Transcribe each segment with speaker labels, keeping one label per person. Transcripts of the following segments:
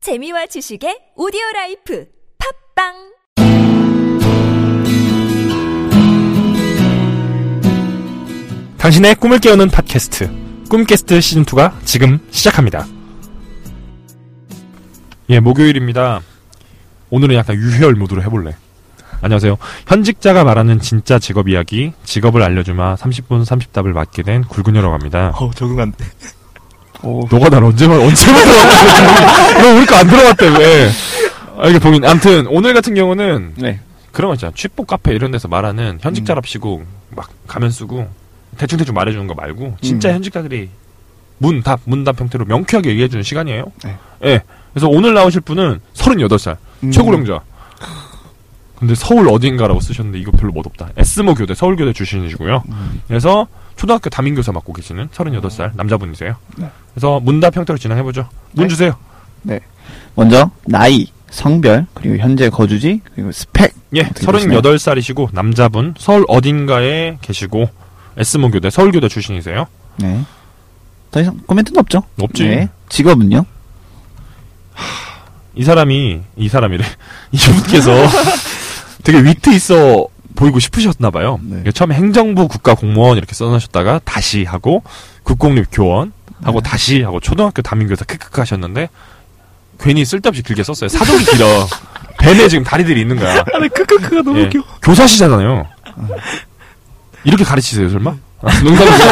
Speaker 1: 재미와 지식의 오디오 라이프 팝빵
Speaker 2: 당신의 꿈을 깨우는 팟캐스트 꿈캐스트 시즌 2가 지금 시작합니다. 예, 목요일입니다. 오늘은 약간 유혈 모드로 해볼래. 안녕하세요. 현직자가 말하는 진짜 직업 이야기, 직업을 알려주마 30분 30답을 맡게 된 굵은여라고 합니다.
Speaker 3: 어우 적응 안 돼.
Speaker 2: 너가 날 언제만 언제만 들어봤어? 너 우리 거 안 들어봤대 왜? 아 이게 보긴. 아무튼 오늘 같은 경우는
Speaker 3: 네.
Speaker 2: 그런 거 있잖아. 취뽀 카페 이런 데서 말하는
Speaker 3: 음.
Speaker 2: 현직자랍시고 막 가면 쓰고 대충대충 말해주는 거 말고 진짜
Speaker 3: 음.
Speaker 2: 현직자들이 문답 문답 형태로 명쾌하게 얘기해주는 시간이에요.
Speaker 3: 네.
Speaker 2: 예. 그래서 오늘 나오실 분은 38살
Speaker 3: 음.
Speaker 2: 최고령자. 근데 서울 어딘가라고 쓰셨는데 이거 별로 멋없다. 에스모 교대 서울교대 출신이시고요.
Speaker 3: 음.
Speaker 2: 그래서 초등학교 담임교사 맡고 계시는 38살 남자분이세요.
Speaker 3: 네.
Speaker 2: 그래서 문답 형태로 진행해보죠. 문
Speaker 3: 네.
Speaker 2: 주세요.
Speaker 3: 먼저 나이, 성별, 그리고 현재 거주지, 그리고 스펙.
Speaker 2: 예,
Speaker 3: 어떻게 되시나요?
Speaker 2: 38살이시고 남자분 서울 어딘가에 계시고 에스모 교대 서울교대 출신이세요.
Speaker 3: 네. 더 이상 코멘트는 없죠.
Speaker 2: 없지.
Speaker 3: 네. 직업은요?
Speaker 2: 이 사람이 이 사람이래. 이분께서 되게 위트 있어 보이고 싶으셨나 봐요.
Speaker 3: 네.
Speaker 2: 그러니까 처음에 행정부 국가 공무원 이렇게 써놓으셨다가 다시 하고 국공립 교원 하고
Speaker 3: 네.
Speaker 2: 다시 하고 초등학교 담임교사 크크크 하셨는데 괜히 쓸데없이 길게 썼어요. 사족이 길어. 뱀에 지금 다리들이 있는 거야.
Speaker 3: 아니 크크크가 너무
Speaker 2: 예. 교사시잖아요. 이렇게 가르치세요, 설마? 아, 농담이죠.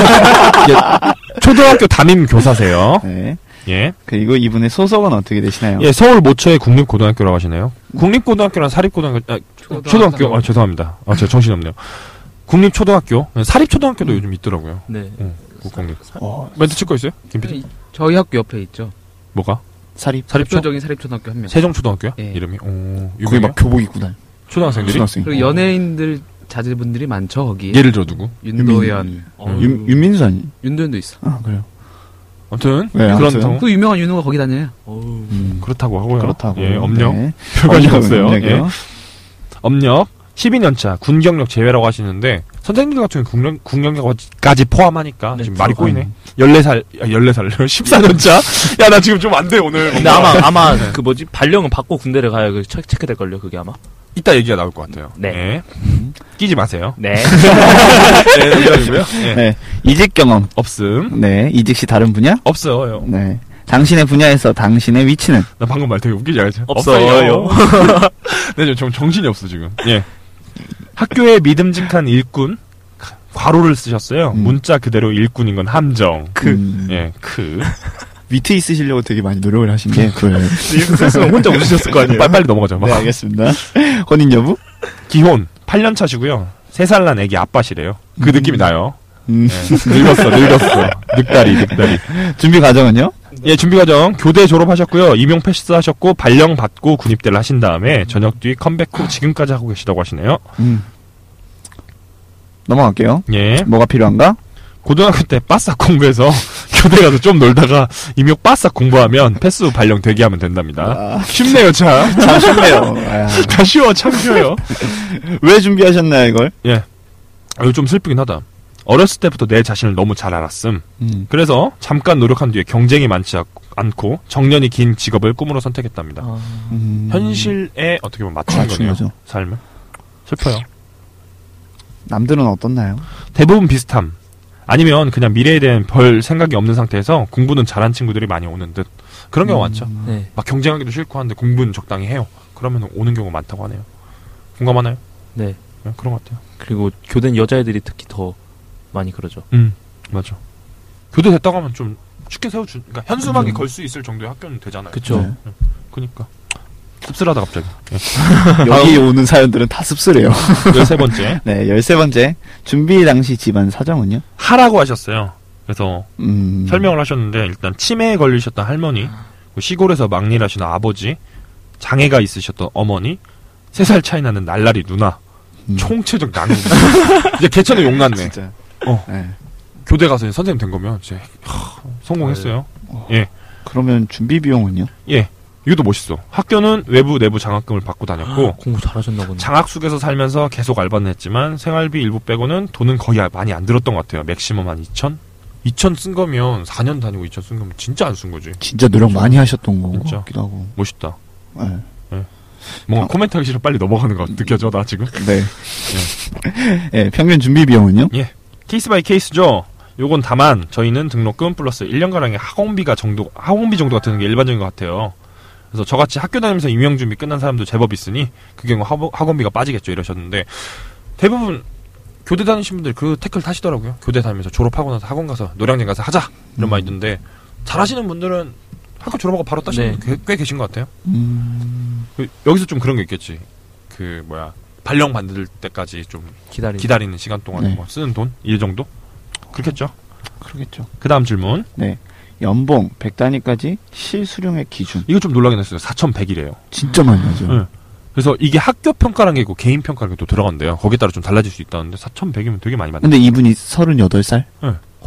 Speaker 2: 예, 초등학교 담임 교사세요.
Speaker 3: 네.
Speaker 2: 예.
Speaker 3: 그리고 이분의 소속은 어떻게 되시나요?
Speaker 2: 예, 서울 모처의 국립고등학교라고 하시네요.
Speaker 3: 음.
Speaker 2: 국립고등학교랑 사립고등학교, 아, 초등학교, 아, 죄송합니다. 아, 제가 정신없네요. 국립초등학교,
Speaker 3: 음.
Speaker 2: 사립초등학교도 요즘 있더라고요. 음,
Speaker 4: 네.
Speaker 2: 국공립.
Speaker 3: 어,
Speaker 2: 멘트 칠 거 있어요? 네. 김PD?
Speaker 4: 이- 저희 학교 옆에 있죠.
Speaker 2: 뭐가?
Speaker 3: 사립.
Speaker 2: 사립초?
Speaker 4: 대표적인 사립초등학교
Speaker 2: 네.
Speaker 4: 한 명.
Speaker 2: 세종초등학교야?
Speaker 4: 예.
Speaker 2: 이름이? 오,
Speaker 3: 거기
Speaker 2: 유명해요?
Speaker 3: 막 교복 입고 다니.
Speaker 2: 초등학생들이?
Speaker 3: 초등학생.
Speaker 5: 어.
Speaker 4: 그리고 연예인들 자제분들이 많죠 거기.
Speaker 2: 예를 들어 누구?
Speaker 4: 윤도현.
Speaker 3: 윤, 윤민수 아니?
Speaker 4: 윤도현도 있어.
Speaker 3: 아 그래요.
Speaker 2: 아무튼,
Speaker 3: 네,
Speaker 2: 그런,
Speaker 3: 아무튼.
Speaker 2: 통-
Speaker 4: 그 유명한 윤호가 거기 다녀요.
Speaker 3: 음,
Speaker 2: 그렇다고 하고요.
Speaker 3: 그렇다고.
Speaker 2: 예, 엄력.
Speaker 3: 네.
Speaker 2: 별 관심
Speaker 3: 엄력은
Speaker 2: 없어요. 예.
Speaker 3: 엄력이요.
Speaker 2: 업력 12년차 군 경력 제외라고 하시는데 선생님들 같은 경우는 군, 군 경력까지 포함하니까
Speaker 4: 네,
Speaker 2: 지금 말이
Speaker 3: 들어가요.
Speaker 2: 꼬이네 14살 아, 14살 14년차 야 나 지금 좀 안 돼 오늘
Speaker 5: 근데 아마 아마 그 뭐지 발령은 받고 군대를 가야 그 체크, 체크될 걸요 그게 아마
Speaker 2: 이따 얘기가 나올 것 같아요
Speaker 5: 네.
Speaker 2: 예. 끼지 마세요
Speaker 5: 네
Speaker 2: 네, 넘겨주시고요. 예.
Speaker 3: 네. 이직 경험.
Speaker 2: 없음
Speaker 3: 네. 이직 시 다른 분야?
Speaker 2: 없어요
Speaker 3: 네. 당신의 분야에서 당신의 위치는?
Speaker 2: 나 방금 말 되게 웃기지 않았죠?
Speaker 5: 없어요.
Speaker 2: 네, 좀 정신이 없어 지금 예. 학교의 믿음직한 일꾼 과로를 쓰셨어요
Speaker 3: 음.
Speaker 2: 문자 그대로 일꾼인 건 함정
Speaker 3: 그 음,
Speaker 2: 예크
Speaker 3: 위트 있으시려고 되게 많이 노력을 하신 게 그거예요.
Speaker 2: 스스로 혼자 웃으셨을 거 아니에요. 빨리 넘어가죠. 막.
Speaker 3: 네, 알겠습니다. 혼인 여부?
Speaker 2: 기혼 8년 차시고요. 3살 난 애기 아빠시래요. 그 느낌이 나요.
Speaker 3: 음.
Speaker 2: 늙었어, 늙었어. 늑다리, 늑다리.
Speaker 3: 준비 과정은요?
Speaker 2: 예, 준비 과정. 교대 졸업하셨고요. 임용 패스하셨고 발령 받고 군입대를 하신 다음에 저녁 뒤 컴백 후 지금까지 하고 계시다고 하시네요.
Speaker 3: 음. 넘어갈게요.
Speaker 2: 예.
Speaker 3: 뭐가 필요한가?
Speaker 2: 고등학교 때 빠싹 공부해서 교대 가서 좀 놀다가 임용 빠싹 공부하면 패스 후 발령 대기하면 된답니다.
Speaker 3: 아,
Speaker 2: 쉽네요, 참.
Speaker 3: 참 쉽네요. 아,
Speaker 2: 다 쉬워, 참 쉬워요.
Speaker 3: 왜 준비하셨나요, 이걸?
Speaker 2: 아유, 예. 좀 슬프긴 하다. 어렸을 때부터 내 자신을 너무 잘 알았음.
Speaker 3: 음.
Speaker 2: 그래서 잠깐 노력한 뒤에 경쟁이 많지 않- 않고 정년이 긴 직업을 꿈으로 선택했답니다.
Speaker 3: 음.
Speaker 2: 현실에 어떻게 보면 맞춘
Speaker 3: 맞춘
Speaker 2: 거네요.
Speaker 3: 거죠.
Speaker 2: 삶을. 슬퍼요.
Speaker 3: 남들은 어떻나요?
Speaker 2: 대부분 비슷함. 아니면 그냥 미래에 대한 별 생각이 없는 상태에서 공부는 잘한 친구들이 많이 오는 듯. 그런 경우 많죠.
Speaker 5: 네.
Speaker 2: 막 경쟁하기도 싫고 하는데 공부는 적당히 해요. 그러면 오는 경우 많다고 하네요. 공감하나요?
Speaker 5: 네.
Speaker 2: 네, 그런 것 같아요.
Speaker 5: 그리고 교된 여자애들이 특히 더 많이 그러죠
Speaker 2: 음, 맞아. 교대 됐다고 하면 좀 쉽게 세워주, 그러니까 현수막에
Speaker 3: 음.
Speaker 2: 걸 수 있을 정도의 학교는 되잖아요. 그러니까.
Speaker 5: 그쵸
Speaker 3: 네.
Speaker 2: 그니까. 씁쓸하다 갑자기.
Speaker 3: 여기 오는 사연들은 다 씁쓸해요.
Speaker 2: 열세 번째.
Speaker 3: 네, 열세 번째. 준비 당시 집안 사정은요?
Speaker 2: 하라고 하셨어요. 그래서
Speaker 3: 음.
Speaker 2: 설명을 하셨는데 일단 치매에 걸리셨던 할머니, 그 시골에서 막일 하시는 아버지, 장애가 있으셨던 어머니, 세 살 차이 나는 날라리 누나,
Speaker 3: 음.
Speaker 2: 총체적 난국. 이제 개천에 욕났네.
Speaker 3: 진짜.
Speaker 2: 어.
Speaker 3: 네.
Speaker 2: 교대 가서 이제 선생님 된 거면 이제 하, 성공했어요.
Speaker 3: 그러면 준비 비용은요?
Speaker 2: 예, 이것도 멋있어. 학교는 외부 내부 장학금을 받고 다녔고
Speaker 5: 공부 잘하셨나 보네
Speaker 2: 장학숙에서 살면서 계속 알바는 했지만 생활비 일부 빼고는 돈은 거의 많이 안 들었던 것 같아요. 맥시멈 한 2천? 2천 쓴 거면 4년 다니고 2천 쓴 거면 진짜 안 쓴 거지.
Speaker 3: 진짜 노력 많이 하셨던 거
Speaker 2: 진짜.
Speaker 3: 같기도 하고.
Speaker 2: 멋있다.
Speaker 3: 그렇죠. 네.
Speaker 2: 뭔가
Speaker 3: 아.
Speaker 2: 코멘트 하기 싫어 빨리 넘어가는 거 느껴져 나 지금.
Speaker 3: 네. 예, 평균 준비 비용은요?
Speaker 2: 예. 케이스 바이 케이스죠. 요건 다만 저희는 등록금 플러스 1년가량의 학원비가 정도 학원비 정도가 드는 게 일반적인 것 같아요. 그래서 저같이 학교 다니면서 임용 준비 끝난 사람도 제법 있으니 그 경우 학원- 학원비가 빠지겠죠 이러셨는데 대부분 교대 다니신 분들 그 태클 타시더라고요. 교대 다니면서 졸업하고 나서 학원 가서 노량진 가서 하자 이런
Speaker 3: 음.
Speaker 2: 말이 있는데 잘하시는 분들은 학교 졸업하고 바로 따시는
Speaker 5: 네.
Speaker 2: 분들 꽤, 꽤 계신 것 같아요.
Speaker 3: 음,
Speaker 2: 그- 여기서 좀 그런 게 있겠지. 그 뭐야 발령 받을 때까지 좀
Speaker 5: 기다리.
Speaker 2: 기다리는 시간 동안
Speaker 3: 네.
Speaker 2: 뭐 쓰는 돈 일 정도 그렇겠죠.
Speaker 3: 그러겠죠.
Speaker 2: 그 다음 질문.
Speaker 3: 네. 연봉 100단위까지 실수령의 기준.
Speaker 2: 이거 좀 놀라긴 했어요. 4,100이래요.
Speaker 3: 진짜 많이 하죠.
Speaker 2: 응. 그래서 이게 학교 평가라는 게 있고 개인 평가라는 게 또 들어간대요. 거기에 따라 좀 달라질 수 있다는데 4,100이면 되게 많이 맞네.
Speaker 3: 근데 이분이 38살?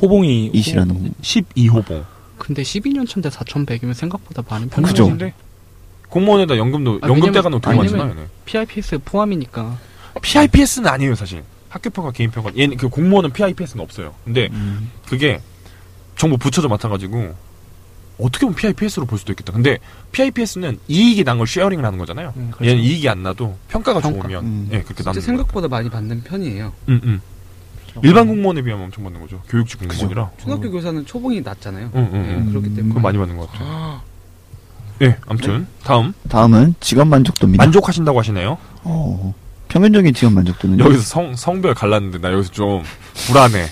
Speaker 5: 호봉이
Speaker 3: 이시라는 분.
Speaker 2: 12호봉.
Speaker 6: 근데 12년 천대 4,100이면 생각보다 많은 편
Speaker 3: 그죠.
Speaker 2: 근데 공무원에다 연금도
Speaker 6: 아,
Speaker 2: 연금
Speaker 6: 왜냐면-
Speaker 2: 대가는 되게
Speaker 3: 아니,
Speaker 2: 많잖아요. 얘네.
Speaker 6: PIPS 포함이니까.
Speaker 2: PIPS는 아니에요, 사실. 학교 평가, 개인 평가. 얘는 그 공무원은 PIPS는 없어요. 근데
Speaker 3: 음.
Speaker 2: 그게 정부 부처도 맡아가지고 어떻게 보면 PIPS로 볼 수도 있겠다. 근데 PIPS는 이익이 난 걸 쉐어링을 하는 거잖아요.
Speaker 6: 음, 그렇죠.
Speaker 2: 얘는 이익이 안 나도 평가가
Speaker 6: 평가.
Speaker 2: 좋으면
Speaker 3: 음.
Speaker 2: 예 그렇게
Speaker 4: 진짜
Speaker 2: 남는 거예요.
Speaker 4: 생각보다 어. 많이 받는 편이에요.
Speaker 2: 음, 음. 일반 공무원에 비하면 엄청 받는 거죠. 교육직 공무원이라.
Speaker 5: 어.
Speaker 4: 중학교 교사는 초봉이 낮잖아요.
Speaker 5: 음,
Speaker 2: 응, 응,
Speaker 4: 예,
Speaker 2: 응.
Speaker 4: 그렇기 때문에
Speaker 2: 그거 많이 받는 것 같아요.
Speaker 4: 음.
Speaker 2: 예, 아무튼 다음
Speaker 3: 다음은 직업 만족도입니다.
Speaker 2: 만족하신다고 하시네요.
Speaker 3: 어, 평균적인 직업 만족도는
Speaker 2: 여기서 성 성별 갈랐는데 나 여기서 좀 불안해.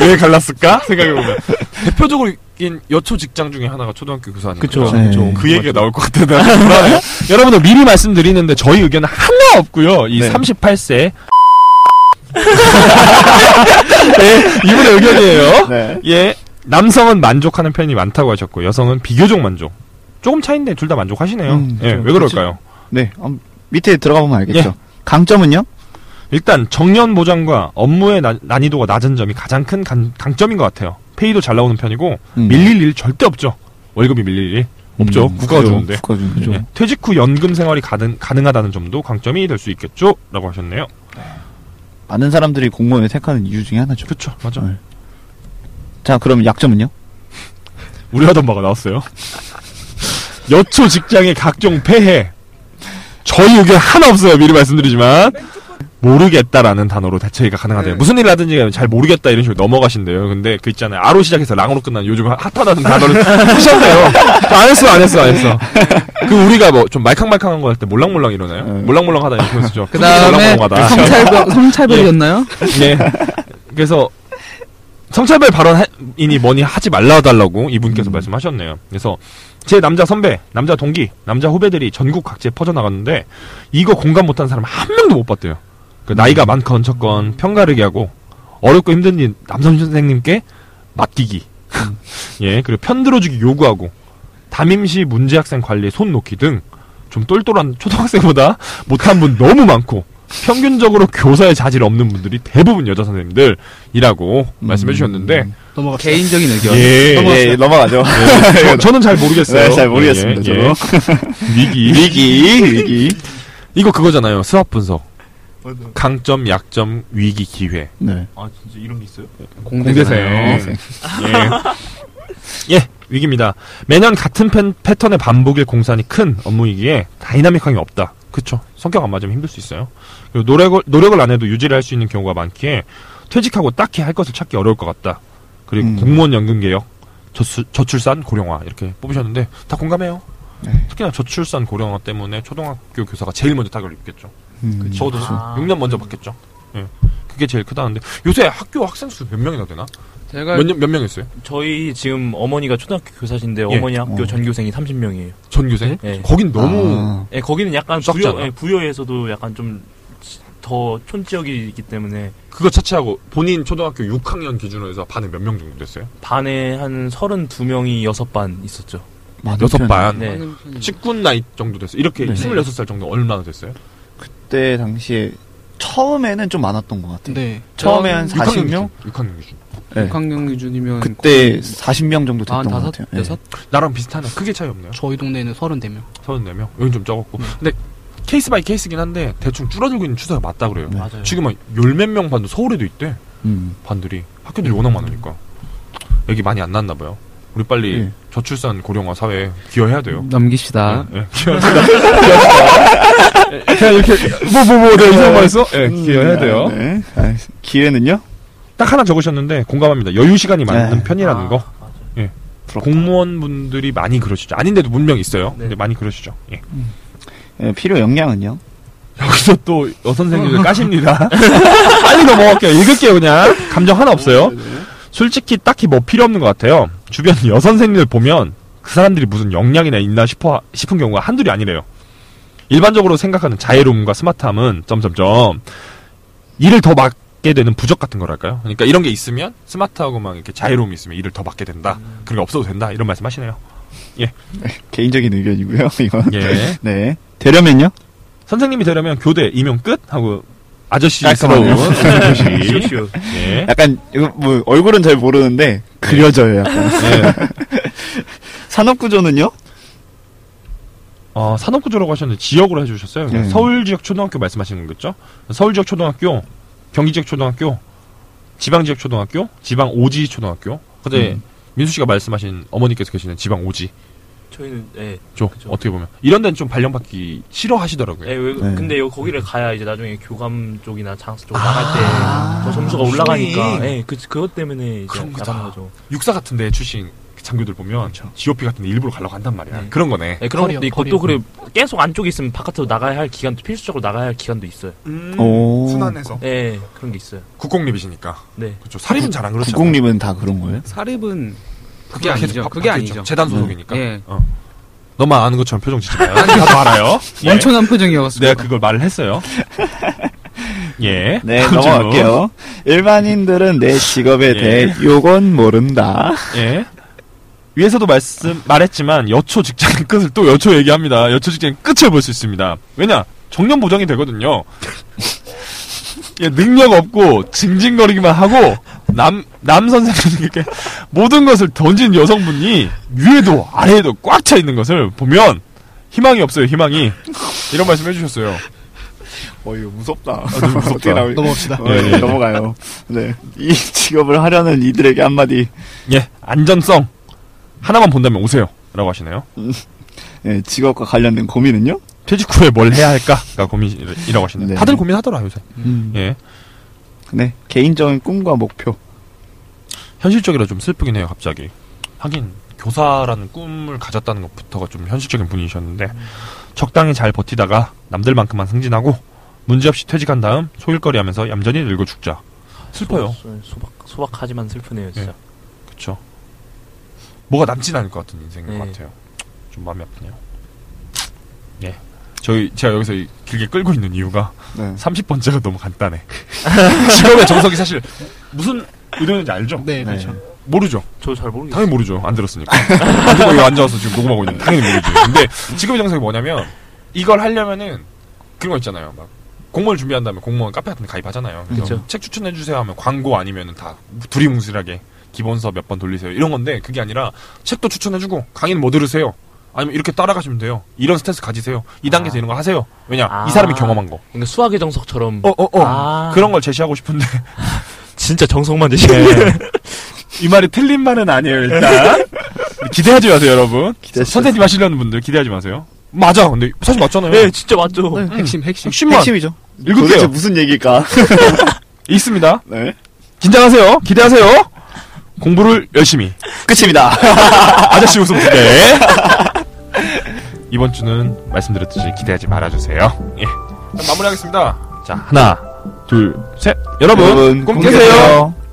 Speaker 2: 왜 갈랐을까 생각해 보면 대표적인 여초 직장 중에 하나가 초등학교 교사 아니에요.
Speaker 5: 그쵸.
Speaker 3: 네.
Speaker 5: 그쵸.
Speaker 2: 그 얘기가 나올 것 같아. 나 불안해. 여러분들 미리 말씀드리는데 저희 의견은 하나 없고요. 이
Speaker 3: 네.
Speaker 2: 38세 네, 이분의 의견이에요.
Speaker 3: 네.
Speaker 2: 예, 남성은 만족하는 편이 많다고 하셨고 여성은 비교적 만족. 조금 차인데 둘 다 만족하시네요.
Speaker 3: 음,
Speaker 2: 예, 왜 그럴까요?
Speaker 3: 네. 음, 밑에 들어가 보면 알겠죠.
Speaker 2: 예.
Speaker 3: 강점은요?
Speaker 2: 일단 정년 보장과 업무의 나- 난이도가 낮은 점이 가장 큰 강, 점인것 같아요. 페이도 잘 나오는 편이고
Speaker 3: 음.
Speaker 2: 밀릴 일 절대 없죠. 월급이 밀릴 일 없죠.
Speaker 3: 음,
Speaker 2: 국가가
Speaker 3: 그죠.
Speaker 2: 좋은데.
Speaker 3: 국가가 좋은데.
Speaker 2: 예, 퇴직 후 연금 생활이 가능, 가능하다는 점도 강점이 될 수 있겠죠라고 하셨네요.
Speaker 3: 많은 사람들이 공무원을 택하는 이유 중에 하나죠.
Speaker 2: 그렇죠, 맞아.
Speaker 3: 네. 자, 그럼 약점은요?
Speaker 2: 우려하던 바가 나왔어요. 여초 직장의 각종 폐해. 저희 의견 하나 없어요. 미리 말씀드리지만. 모르겠다라는 단어로 대체가 가능하대요.
Speaker 4: 네.
Speaker 2: 무슨 일 하든지 잘 모르겠다 이런 식으로 넘어가신대요. 근데 그 있잖아요. 아로 시작해서 랑으로 끝나는 요즘 핫하다는
Speaker 4: 아.
Speaker 2: 단어를 쓰셨대요. 저안 했어, 안 했어, 안 했어.
Speaker 4: 네.
Speaker 2: 그 우리가 뭐 좀 말캉말캉한 거 할 때 몰랑몰랑 이러나요?
Speaker 3: 네.
Speaker 2: 몰랑몰랑하다 이렇게 쓰죠.
Speaker 4: 그 다음에
Speaker 2: 몰랑몰랑하다.
Speaker 4: 성찰벽
Speaker 5: 예.
Speaker 4: 성찰벽이었나요?
Speaker 2: 네. 그래서 성차별 발언이니 뭐니 하지 말라달라고 이분께서
Speaker 3: 음.
Speaker 2: 말씀하셨네요. 그래서 제 남자 선배, 남자 동기, 남자 후배들이 전국 각지에 퍼져나갔는데 이거 공감 못한 사람 한 명도 못 봤대요. 그
Speaker 6: 음.
Speaker 2: 나이가 많건 적건 편가르기 하고 어렵고 힘든 일 남성 선생님께 맡기기.
Speaker 6: 음.
Speaker 2: 예, 그리고 편들어주기 요구하고 담임시 문제학생 관리에 손 놓기 등 좀 똘똘한 초등학생보다 못한 분 너무 많고 평균적으로 교사의 자질 없는 분들이 대부분 여자 선생님들이라고 말씀해 주셨는데
Speaker 6: 음. 넘어갑시다.
Speaker 4: 개인적인 의견.
Speaker 2: 예,
Speaker 3: 예, 넘어가죠.
Speaker 2: 저, 저는 잘 모르겠어요. 예,
Speaker 3: 네, 잘 모르겠습니다,
Speaker 2: 위기.
Speaker 3: 위기, 위기.
Speaker 2: 이거 그거잖아요. 수학 분석. 강점, 약점, 위기, 기회.
Speaker 3: 네.
Speaker 5: 어, 네. 아 진짜 이런 게 있어요?
Speaker 4: 공대잖아요.
Speaker 2: 공대생. 예. 예, 위기입니다. 매년 같은 팬- 패턴의 반복일 공산이 큰 업무이기에 다이나믹함이 없다. 그쵸. 성격 안 맞으면 힘들 수 있어요. 그리고 노력을, 노력을 안 해도 유지를 할 수 있는 경우가 많기에 퇴직하고 딱히 할 것을 찾기 어려울 것 같다. 그리고
Speaker 3: 음.
Speaker 2: 공무원 연금 개혁, 저수- 저출산 고령화 이렇게 뽑으셨는데 다 공감해요. 특히나 저출산 고령화 때문에 초등학교 교사가 제일 먼저 타격을 입겠죠.
Speaker 3: 음,
Speaker 2: 적어도 6년 먼저 받겠죠. 예. 그게 제일 크다는데 요새 학교 학생 수 몇 명이나 되나?
Speaker 5: 네.
Speaker 4: 제가
Speaker 2: 몇 명 몇 명 있어요?
Speaker 5: 저희 지금 어머니가 초등학교 교사신데
Speaker 2: 예.
Speaker 5: 어머니 학교
Speaker 3: 어.
Speaker 5: 전교생이 30명이에요.
Speaker 2: 전교생?
Speaker 5: 네.
Speaker 2: 거긴 너무
Speaker 3: 아,
Speaker 5: 예, 거기는 약간 부여,
Speaker 2: 적잖아.
Speaker 5: 예, 부여에서도 약간 좀 더 촌지역이기 때문에
Speaker 2: 그거 차치하고 본인 초등학교 6학년 기준으로 해서 반에 몇 명 정도 됐어요?
Speaker 5: 반에 한 32명이 여섯 반 있었죠.
Speaker 3: 많은
Speaker 2: 여섯
Speaker 3: 편.
Speaker 2: 반.
Speaker 5: 네.
Speaker 4: 하는 편이에요.
Speaker 2: 직군 나이 정도 됐어요. 이렇게
Speaker 3: 아, 네.
Speaker 2: 26살 정도 얼마나 됐어요?
Speaker 3: 그때 당시에 처음에는 좀 많았던 것 같아요.
Speaker 6: 네.
Speaker 3: 처음에 한 40명?
Speaker 2: 6학년 기준.
Speaker 3: 네.
Speaker 4: 6학년 기준이면
Speaker 3: 그때 40명 정도 됐던 것
Speaker 4: 45,
Speaker 3: 같아요. 예.
Speaker 4: 6?
Speaker 2: 나랑 비슷하네. 크게 차이 없네요.
Speaker 6: 저희 동네에는 34명.
Speaker 2: 34명. 여긴 좀 적었고.
Speaker 5: 음.
Speaker 2: 근데 케이스 바이 케이스긴 한데 대충 줄어들고 있는 추세가 맞다 그래요.
Speaker 3: 네.
Speaker 5: 맞아요.
Speaker 2: 지금 한 열 몇 명 반도 서울에도 있대.
Speaker 3: 음.
Speaker 2: 반들이 학교들이 워낙 많으니까 여기 많이 안 났나 봐요. 우리 빨리
Speaker 3: 예.
Speaker 2: 저출산 고령화 사회에 기여해야 돼요.
Speaker 4: 넘깁시다.
Speaker 2: 예, 기여합시다. 그냥 이렇게 뭐 뭐 뭐 내가 이상한 말 했어? 예, 기여해야 돼요.
Speaker 3: 네. 아, 기회는요?
Speaker 2: 딱 하나 적으셨는데 공감합니다. 여유 시간이 많은
Speaker 3: 네.
Speaker 5: 아,
Speaker 2: 편이라는 거.
Speaker 3: 부럽다.
Speaker 2: 공무원분들이 많이 그러시죠. 아닌데도 분명 있어요.
Speaker 5: 네.
Speaker 2: 근데 많이 그러시죠. 예.
Speaker 3: 예, 필요 역량은요?
Speaker 2: 여기서 또
Speaker 3: 어.
Speaker 2: 여선생님들 까십니다. 빨리 넘어갈게요. 읽을게요, 그냥. 감정 하나 없어요.
Speaker 3: 네,
Speaker 2: 솔직히 딱히 뭐 필요 없는 것 같아요. 주변 여선생님들 보면 그 사람들이 무슨 역량이나 있나 싶어, 싶은 경우가 한둘이 아니래요. 일반적으로 생각하는 자애로움과 스마트함은 점점점 일을 더 맡게 되는 부적 같은 거랄까요? 그러니까 이런 게 있으면 스마트하고 막 이렇게 자애로움이 있으면 일을 더 맡게 된다.
Speaker 3: 음.
Speaker 2: 그런 게 없어도 된다. 이런 말씀 하시네요.
Speaker 3: 개인적인 의견이고요. 이건.
Speaker 2: 예.
Speaker 3: 네. 되려면요?
Speaker 2: 선생님이 되려면 교대 임용 끝 하고 아저씨스러운
Speaker 3: 깔끔하네요.
Speaker 2: 아저씨. 예.
Speaker 3: 약간 이거 뭐 얼굴은 잘 모르는데 그려져요. 약간.
Speaker 2: 예.
Speaker 3: 산업 구조는요?
Speaker 2: 어, 산업구조라고 하셨는데 지역으로 해주셨어요. 그냥
Speaker 3: 네.
Speaker 2: 서울 지역 초등학교 말씀하시는 거죠? 서울 지역 초등학교, 경기 지역 초등학교, 지방 지역 초등학교, 지방 오지 초등학교. 근데 민수 씨가 말씀하신 어머니께서 계시는 지방 오지.
Speaker 5: 저희는 예.
Speaker 2: 죠
Speaker 5: 그죠.
Speaker 2: 어떻게 보면 이런 데는 좀 발령받기 싫어하시더라고요.
Speaker 5: 예, 왜,
Speaker 3: 네.
Speaker 5: 근데 요 거기를 가야 이제 나중에 교감 쪽이나 장학사 쪽
Speaker 2: 아,
Speaker 5: 나갈 때 더 점수가 올라가니까 예, 그 그것 때문에 이제
Speaker 2: 그런 거다.
Speaker 5: 나가는 거죠.
Speaker 2: 육사 같은데 출신 장교들 보면 GOP 같은데 일부러 가려고 한단 말이야.
Speaker 5: 네.
Speaker 2: 그런 거네.
Speaker 5: 예, 그런
Speaker 6: 버려,
Speaker 5: 것도 있고
Speaker 6: 버려.
Speaker 5: 또 그래 계속 안쪽에 있으면 바깥으로 나가야 할 기간도 필수적으로 나가야 할 기간도 있어요.
Speaker 3: 음, 오.
Speaker 7: 순환해서.
Speaker 5: 예, 그런 게 있어요.
Speaker 2: 국공립이시니까.
Speaker 5: 네.
Speaker 2: 그렇죠. 사립은 잘 안 그렇죠.
Speaker 3: 국공립은 다 그런 거예요?
Speaker 4: 사립은 그게 아니죠. 그게 아니죠.
Speaker 2: 재단 소속이니까. 어.
Speaker 4: 예.
Speaker 2: 너만 아는 것처럼 표정 짓지 마요. 나도 알아요. 예.
Speaker 4: 원천한 표정이었습니다.
Speaker 2: 내가 그걸 말을 했어요. 예.
Speaker 3: 네,
Speaker 2: 다음 질문.
Speaker 3: 넘어갈게요. 일반인들은 내 직업에
Speaker 2: 예.
Speaker 3: 대해 요건 모른다.
Speaker 2: 예. 위에서도 말씀 말했지만 여초 직장 끝을 또 여초 얘기합니다. 여초 직장 끝을 볼 수 있습니다. 왜냐? 정년 보장이 되거든요. 예, 능력 없고 징징거리기만 하고 남 남 선생님께 모든 것을 던진 여성분이 위에도 아래에도 꽉 차 있는 것을 보면 희망이 없어요. 희망이 이런 말씀 해주셨어요.
Speaker 3: 어, 이거 무섭다.
Speaker 2: 너무 무섭다.
Speaker 3: 어떻게 나오지?
Speaker 6: 넘어갑시다.
Speaker 3: 어,
Speaker 2: 예, 예.
Speaker 3: 넘어가요. 네. 이 직업을 하려는 이들에게 한마디.
Speaker 2: 예, 안전성 하나만 본다면 오세요라고 하시네요.
Speaker 3: 예, 직업과 관련된 고민은요?
Speaker 2: 퇴직 후에 뭘 해야 할까가 고민이라고 하시는데
Speaker 3: 네.
Speaker 2: 다들 고민하더라 요새.
Speaker 3: 음.
Speaker 2: 예,
Speaker 3: 네. 개인적인 꿈과 목표.
Speaker 2: 현실적이라 좀 슬프긴 해요 갑자기. 하긴 교사라는 꿈을 가졌다는 것부터가 좀 현실적인 분이셨는데 적당히 잘 버티다가 남들만큼만 승진하고 문제없이 퇴직한 다음 소일거리하면서 얌전히 늙어 죽자. 슬퍼요. 예.
Speaker 5: 소- 소박 소박하지만 슬프네요, 진짜.
Speaker 2: 그쵸. 뭐가 남진 않을 것 같은 인생인
Speaker 5: 네.
Speaker 2: 것 같아요. 좀 마음이 아프네요. 예. 저희 제가 여기서 이- 길게 끌고 있는 이유가
Speaker 3: 네.
Speaker 2: 30번째가 너무 간단해. 직업의 정석이 사실 무슨 의도인지 알죠?
Speaker 6: 네,
Speaker 3: 네.
Speaker 6: 그렇죠.
Speaker 2: 모르죠.
Speaker 5: 저 잘 모르겠어요.
Speaker 2: 당연히 모르죠. 안 들었으니까. 안 듣고 여기 앉아서 지금 녹음하고 있는데 당연히 모르지. 근데 직업의 정석이 뭐냐면 이걸 하려면은 그런 거 있잖아요. 막 공무원 준비한다면 공무원 카페 같은 데 가입하잖아요. 그래서
Speaker 5: 그쵸.
Speaker 2: 책 추천해 주세요 하면 광고 아니면은 다 두리뭉실하게 기본서 몇 번 돌리세요. 이런 건데 그게 아니라 책도 추천해 주고 강의는 뭐 들으세요. 아니면 이렇게 따라가시면 돼요. 이런 스탠스 가지세요. 이 단계에서
Speaker 5: 아.
Speaker 2: 이런 거 하세요. 왜냐?
Speaker 5: 아.
Speaker 2: 이 사람이 경험한 거.
Speaker 5: 그러니까 수학의 정석처럼
Speaker 2: 어, 어, 어.
Speaker 5: 아.
Speaker 2: 그런 걸 제시하고 싶은데
Speaker 5: 진짜 정석만 되시네.
Speaker 2: 예. 이 말이 틀린 말은 아니에요 일단 기대하지 마세요 여러분
Speaker 3: 기대하지
Speaker 2: 선생님 하시려는 분들 기대하지 마세요 맞아 근데 사실 맞잖아요
Speaker 5: 네, 진짜 맞죠.
Speaker 3: 그
Speaker 6: 네, 핵심, 핵심.
Speaker 2: 핵심만
Speaker 3: 핵심이죠. 도대체
Speaker 2: 읽을게요
Speaker 3: 무슨 얘기일까?
Speaker 2: 있습니다
Speaker 3: 네.
Speaker 2: 긴장하세요 기대하세요 공부를 열심히
Speaker 3: 끝입니다.
Speaker 2: 아저씨 웃음 두개 이번 주는 말씀드렸듯이 기대하지 말아주세요 예 그럼 마무리하겠습니다 자 하나 둘 셋 여러분,
Speaker 3: 여러분,
Speaker 2: 꿈
Speaker 3: 꿈
Speaker 2: 깨세요.
Speaker 3: 깨세요.